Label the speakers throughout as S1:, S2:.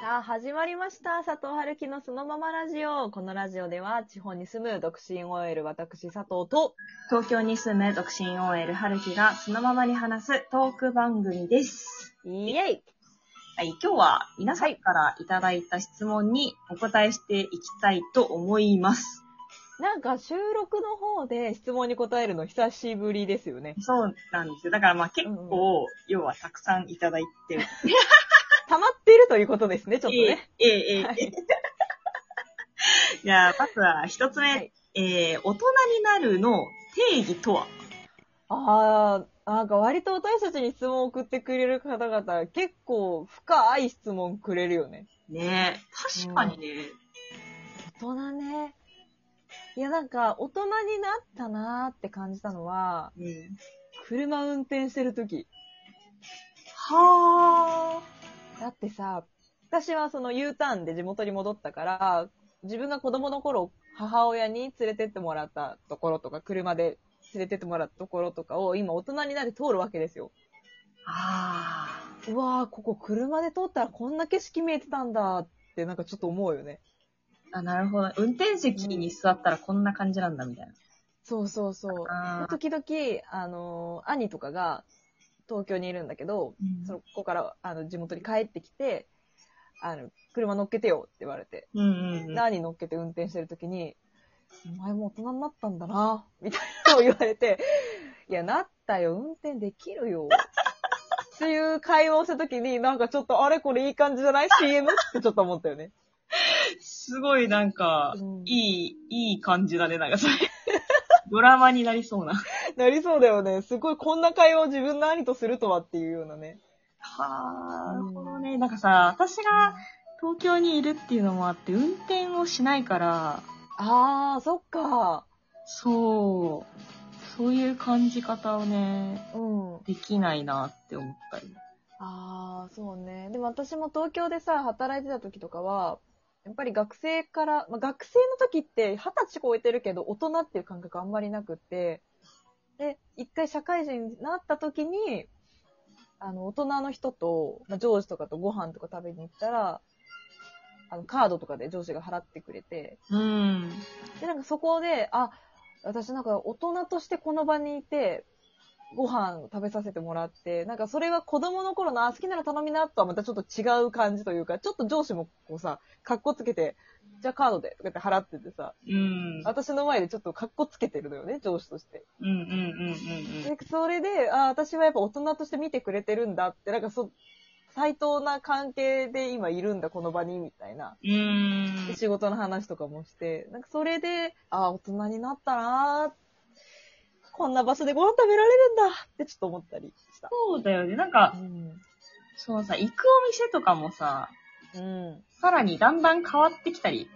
S1: さあ、始まりました。佐藤春樹のそのままラジオ。このラジオでは、地方に住む独身 OL 私佐藤と、
S2: 東京に住む独身 OL 春樹がそのままに話すトーク番組です。
S1: イエイ
S2: はい、今日は皆さんからいただいた質問にお答えしていきたいと思います。
S1: なんか収録の方で質問に答えるの久しぶりですよね。
S2: そうなんですよ。だからまあ結構、要はたくさんいただい てる。
S1: 溜まっているということですね、ちょっと
S2: え
S1: ね。
S2: えええ
S1: は
S2: え
S1: い
S2: え じゃあ、まずは一つ目、
S1: はい
S2: えー、大人になるの定義とは
S1: あー、なんか割と私たちに質問を送ってくれる方々、結構深い質問くれるよね。
S2: ねえ確かにね、
S1: 大人ね。いや、なんか、大人になったなーって感じたのは、
S2: うん。
S1: 車運転してる時。
S2: は
S1: だってさ、私はその U ターンで地元に戻ったから、自分が子供の頃、母親に連れてってもらったところとか、車で連れてってもらったところとかを、今大人になって通るわけですよ。
S2: あ。ああ。
S1: うわー、ここ車で通ったらこんな景色見えてたんだって、なんかちょっと思うよね。
S2: あ、なるほど。運転席に座ったらこんな感じなんだ、みたいな。
S1: そうそうそう。
S2: あ
S1: 時々、あのー兄とかが東京にいるんだけど、そ
S2: ー
S1: こからあの地元に帰ってきて、あの、車乗っけてよって言われて、
S2: うんうんうん。
S1: 何乗っけて運転してる時に、お前も大人になったんだな、みたいなのを言われ て、いや、なったよ、運転できるよ。っていう会話をした時に、なんかちょっと、あれこれいい感じじゃない ?CM? ってちょっと思ったよね。
S2: すごいなんか、
S1: うん
S2: いい、いい感じだね、なんかそれ。 ドラマになりそうな。
S1: なりそうだよね。すごい、こんな会話を自分の兄とするとはっていうようなね。
S2: はあ、なるほどね。なんかさ、私が東京にいるっていうのもあって、運転をしないから、
S1: あー、そっか。
S2: そう、そういう感じ方をね、
S1: うん。
S2: できないなって思ったり。
S1: ああ、そうね。でも私も東京でさ、働いてた時とかは、やっぱり学生から、まあ、学生の時って二十歳超えてるけど、大人っていう感覚あんまりなくって、で、一回社会人になった時に、あの、大人の人と、まあ、上司とかとご飯とか食べに行ったら、あの、カードとかで上司が払ってくれて、
S2: うん。
S1: で、なんかそこで、あ、私なんか大人としてこの場にいて、ご飯食べさせてもらって、なんかそれは子供の頃の、あ、好きなの頼みなとはまたちょっと違う感じというか、ちょっと上司もこうさ、格好つけて、じゃあカードで、とかって払っててさ、
S2: うん。
S1: 私の前でちょっと格好つけてるのよね、上司として。
S2: うんうんうんう
S1: で、
S2: ん
S1: それで、あ、私はやっぱ大人として見てくれてるんだって、なんかそ、対等な関係で今いるんだ、この場に、みたいな。
S2: うん。うん
S1: で。仕事の話とかもして、なんかそれで、ああ、大人になったなーこんな場所でご飯食べられるんだってちょっと思ったりした。
S2: そうだよね。なんか
S1: う、ん。
S2: そうさ、行くお店とかもさ、
S1: うん。
S2: さらにだんだん変わってきたり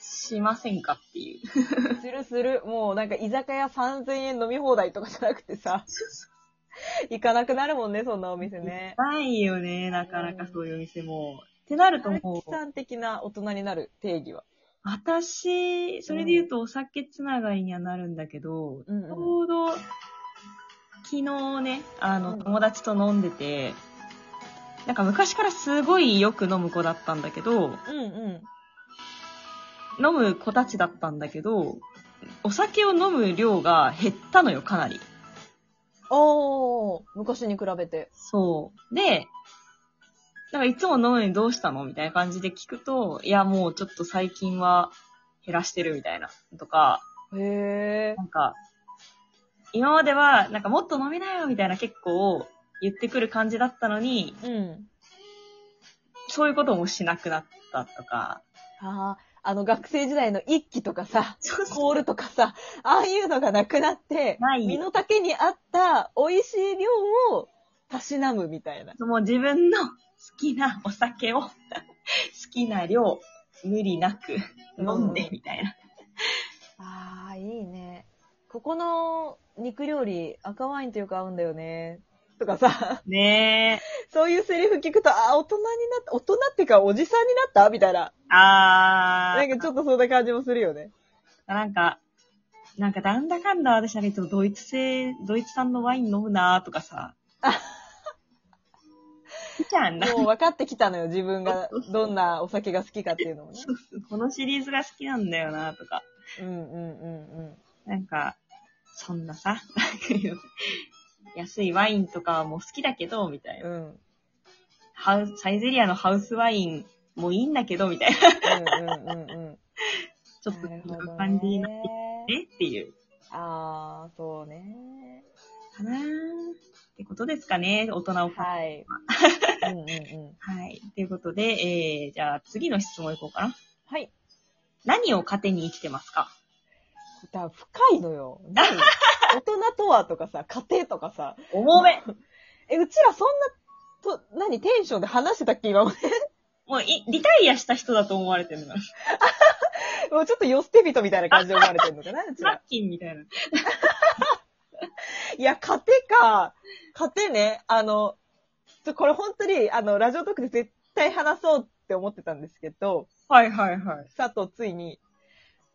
S2: しませんかっていう。
S1: するする。もうなんか居酒屋3000円飲み放題とかじゃなくてさ、行かなくなるもんね、そんなお店ね。
S2: ないよね、なかなかそういうお店も。ってなると
S1: 春
S2: も
S1: 樹
S2: う、
S1: さん的な大人になる定義は。
S2: 私、それで言うとお酒つながりにはなるんだけど、
S1: うんうん
S2: ちょうど、昨日ね、あ
S1: う
S2: の、
S1: ん
S2: 友達と飲んでて、なんか昔からすごいよく飲む子だったんだけど、
S1: うんう
S2: 飲む子たちだったんだけど、お酒を飲む量が減ったのよ、かなり。
S1: ん。おー、昔に比べて。
S2: そう。で、なんかいつも飲むのにどうしたのみたいな感じで聞くと、いやもうちょっと最近は減らしてるみたいな。とか、
S1: へ
S2: なんか、今まではなんかもっと飲みなよみたいな結構言ってくる感じだったのに、
S1: ー。うん。
S2: そういうこともしなくなったとか。
S1: ああ、あの学生時代の一期とかさ、
S2: そう
S1: コールとかさ、ああいうのがなくなって、
S2: ない
S1: 身の丈に合った美味しい量をたしなむみたいな。
S2: もう自分の好きなお酒を 好きな量無理なく飲んでみたいな。
S1: ああ、いいね。ここの肉料理赤ワインとよく合うんだよね。とかさ、
S2: ねえ。
S1: そういうセリフ聞くと、ああ、大人になった、大人っていうかおじさんになったみたいな。
S2: あー。
S1: なんかちょっとそんな感じもするよね。
S2: なんか、なんかなんだかんだ私なんかいつも ドイツ製、ドイツ産のワイン飲むなーとかさ。いいじゃん な。
S1: もう分かってきたのよ、自分がどんなお酒が好きかっていうのもね。
S2: このシリーズが好きなんだよな、とか。
S1: うんうんうんうん。
S2: なんか、そんなさ、なんか安いワインとかも好きだけど、みたいな。
S1: うん。うんうん
S2: ハウサイゼリアのハウスワインもいいんだけど、みたいな。
S1: うんうん。
S2: ちょっと
S1: なるほ
S2: こんな
S1: ど
S2: 感じになって
S1: ね
S2: き。てっていう。
S1: あー、そうね。
S2: かなーってことですかね、大人を。は
S1: はい。うんうんうん。
S2: い。ということで、えー、じゃあ次の質問いこうかな。
S1: はい。
S2: 何を糧に生きてますか
S1: だから深いのよ。何大人とはとかさ、家庭とかさ。
S2: 重め
S1: え、うちらそんな、と、何テンションで話してたっけ今まで。
S2: もうい、リタイアした人だと思われてるの。
S1: もうちょっと寄捨て人みたいな感じで思われてるのかなうち
S2: マッ
S1: ら。
S2: キンみたいな。
S1: いや、家庭か。家庭ね。あの、ちょ、これ本当に、あの、ラジオトークで絶対話そうって思ってたんですけど、
S2: はいはいはい。
S1: さとついに、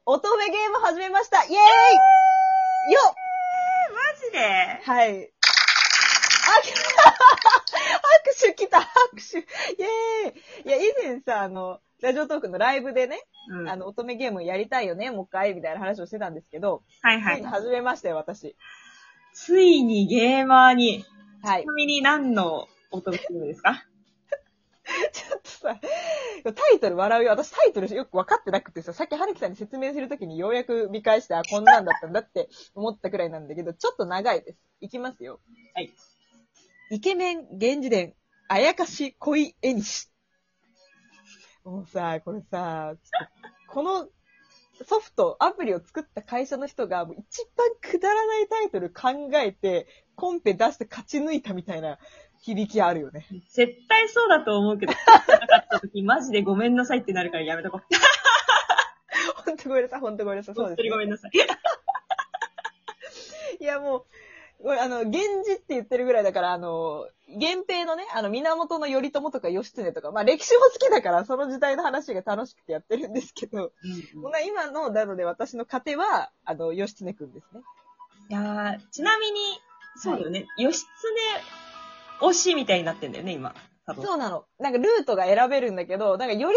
S1: 乙女ゲーム始めましたイエーイよっ
S2: マジで
S1: はい。あ、 拍手来た拍手イェーイいや、以前さ、あの、ラジオトークのライブでね、
S2: うん。
S1: あの、乙女ゲームやりたいよね、もう一回、みたいな話をしてたんですけど、
S2: はい
S1: つ
S2: は
S1: に
S2: いい。
S1: 始めましたよ、私。
S2: ついにゲーマーに、
S1: は
S2: ち
S1: い。
S2: なみに何の音がするんですか
S1: ちょっとさ、タイトル笑うよ。私タイトルよく分かってなくてさ、さっき春樹さんに説明するときにようやく見返して、あ、こんなんだったんだって思ったくらいなんだけど、ちょっと長いです。いきますよ。
S2: はい。
S1: イケメン、源氏伝、あやかし、恋、絵にし。もうさ、これさ、ちょっとこのソフト、アプリを作った会社の人が、もう一番くだらないタイトル考えて、コンペ出して勝ち抜いたみたいな響きあるよね。
S2: 絶対そうだと思うけど、なかった時、マジでごめんなさいってなるからやめとこう。
S1: ほんとごめんなさい、ほんとごめんなさい。そう
S2: 本
S1: です
S2: 当
S1: ね
S2: にご。めんなさい。
S1: いや、もう、これあの、源氏って言ってるぐらいだから、あの、源平のね、あの、源頼朝とか義経とか、まあ歴史も好きだから、その時代の話が楽しくてやってるんですけど、こんな今の、なので私の家庭は、あの、義経くんですね。
S2: いやーちなみに、そうだよね、義経推しみたいになってんだよね、今。多分。
S1: そうなの。なんかルートが選べるんだけど、なんか頼朝は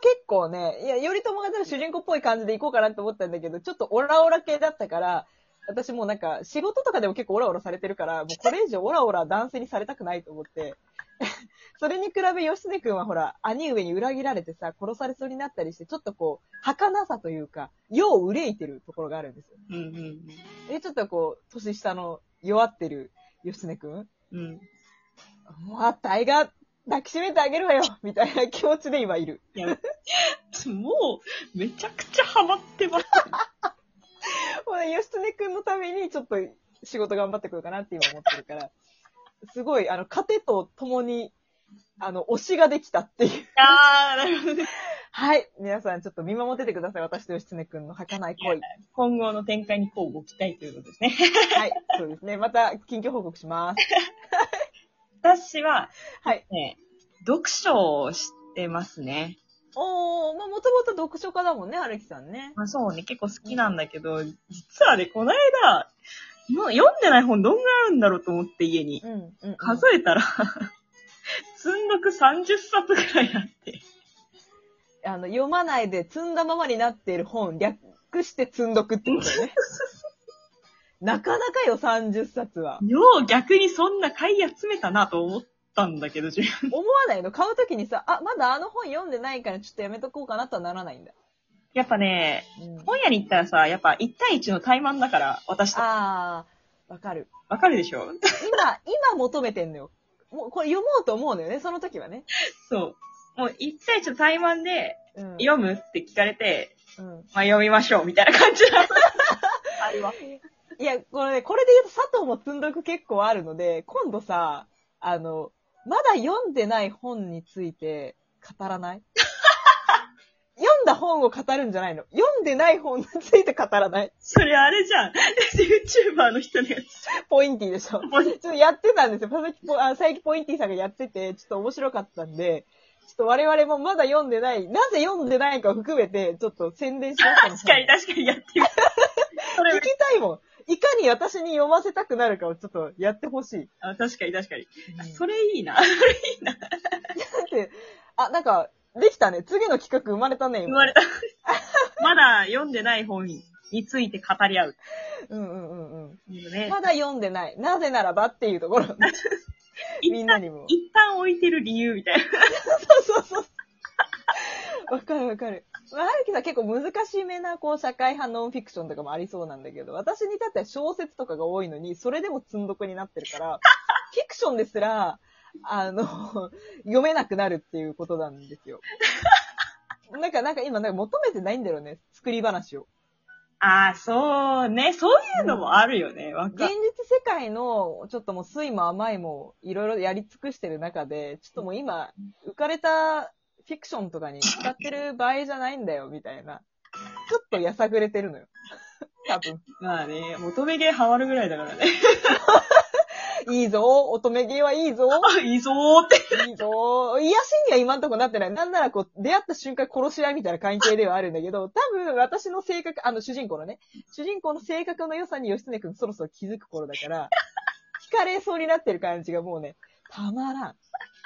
S1: 結構ね、いや、頼朝が多分主人公っぽい感じで行こうかなって思ったんだけど、ちょっとオラオラ系だったから、私もうなんか仕事とかでも結構オラオラされてるから、もうこれ以上オラオラ男性にされたくないと思って。 それに比べ義経くんはほら、兄上に裏切られてさ、殺されそうになったりして、ちょっとこう、儚さというか、世を憂いてるところがあるんですよ。
S2: うんうん
S1: で、ちょっとこう、年下の弱ってる義経くん
S2: うん。うん。
S1: もう、あ、タイが抱きしめてあげるわよ みたいな気持ちで今いる。
S2: いや、もう、めちゃくちゃハマってます。
S1: もうね、吉常くんのためにちょっと仕事頑張ってこようかなって今思ってるから、すごい、あの、糧と共に、あの、推しができたっていう。
S2: あー、なるほどね。
S1: はい。皆さんちょっと見守っててください。私と吉常くんの儚い 恋。
S2: 今後の展開にこうご期待ということですね。
S1: はい。そうですね。また、近況報告します。
S2: 私は、
S1: はい。
S2: ね、読書をしてますね。
S1: おー、まあ、もともと読書家だもんね、春樹さんね。
S2: まあそうね、結構好きなんだけど、実はね、この間、もう読んでない本どんぐらいあるんだろうと思って家に
S1: う。ん、うんうん。
S2: 数えたら、 積んどく30冊ぐらいあって。
S1: あの、読まないで積んだままになっている本、略して積んどくってことだよ ね。なかなかよ、30冊 は。
S2: よう逆にそんな買い集めたなと思ったんだけど、自分
S1: 思わないの買うときにさ、あ、まだあの本読んでないからちょっとやめとこうかなとはならないんだ。
S2: やっぱね、
S1: うん、あ
S2: 本屋に行ったらさ、やっぱ1対1の怠慢だから、私と。
S1: あー、わかる。
S2: わかるでしょ
S1: 今、今求めてんのよ。もう、これ読もうと思うのよね、その時はね。
S2: そう。もう1対1の怠慢で、
S1: うん。
S2: 読むって聞かれて、
S1: うん。
S2: まあ読みましょう、みたいな感じ だ。あれは。
S1: いや、これね、これで言うと佐藤も積んどく結構あるので、今度さ、あの、まだ読んでない本について語ら ない読んだ本を語るんじゃないの。読んでない本について語らない。
S2: それあれじゃん。YouTuber の人のやつ。
S1: ポインティでしょ。ちょっとやってたんですよ。佐々木ポ、あ、佐伯ポインティさんがやってて、ちょっと面白かったんで、ちょっと我々もまだ読んでない、なぜ読んでないかを含めて、ちょっと宣伝しました。
S2: 確かに確かにやってる。それ
S1: 聞きたいもん。いかに私に読ませたくなるかをちょっとやってほしい。
S2: あ確かに確かに。あ
S1: そ
S2: そ
S1: れ
S2: れいいな。
S1: って、あ、なんか、できたね。次の企画生まれたね、今。
S2: 言われ た。まだ読んでない本について語り合う。
S1: うんうんうんうん。
S2: いいよね。
S1: まだ読んでない。なぜならばっていうとこ ろ。みんなにも。
S2: 一旦置いてる理由みたいな。
S1: そうそうそう。わかるわかる。まあ、はるきさん結構難しめな、こう、社会派ノンフィクションとかもありそうなんだけど、私に至っては小説とかが多いのに、それでも積んどくになってる から、フィクションですら、あの、読めなくなるっていうことなんです よ。なんか、なんか今、なんか求めてないんだよね。作り話を。
S2: ああ、そうね。そういうのもあるよね。わ
S1: 現実
S2: かる。
S1: 世界の、ちょっともう、酸いも甘いも、いろいろやり尽くしてる中で、ちょっともう今、浮かれたフィクションとかに使ってる場合じゃないんだよ、みたいな。ちょっとやさぐれてるのよ。多分。
S2: まあね、求め芸ハマるぐらいだからね。
S1: いいぞ、乙女芸はいいぞ、
S2: あ、 いいぞーって。
S1: いいぞ、癒しには今んとこなってない。なんならこう、出会った瞬間殺し合いみたいな関係ではあるんだけど、多分私の性格、あの主人公のね、主人公の性格の良さに義経くんそろそろ気づく頃だから、惹かれそうになってる感じがもうね、たまらん。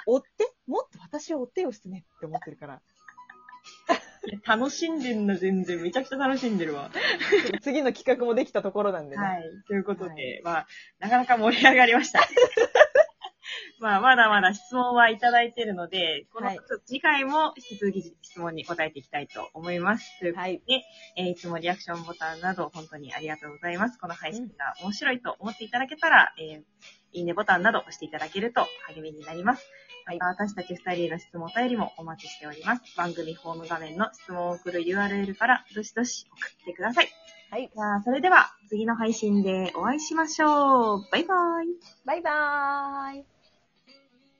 S1: 追ってもっと私を追って義経って思ってるから。
S2: 楽しんでんな、全然。めちゃくちゃ楽しんでるわ。
S1: 次の企画もできたところなんでね。
S2: はい。ということで、
S1: はい
S2: まあ、なかなか盛り上がり ました。まあ、まだまだ質問はいただいてるので、この、
S1: はい
S2: 次回も引き続き質問に答えていきたいと思います。ということ
S1: はい。
S2: で、えーいつもリアクションボタンなど本当にありがとうございます。この配信が面白いと思っていただけたら、えーいいねボタンなど押していただけると励みになります。
S1: は
S2: はいい、私たち二人への質問お便りもお待ちしております。番組ホーム画面の質問を送る URL から、どしどし送ってください。
S1: はい。
S2: じゃあ、それでは次の配信でお会いしましょう。バイバイ。
S1: バイバーイ。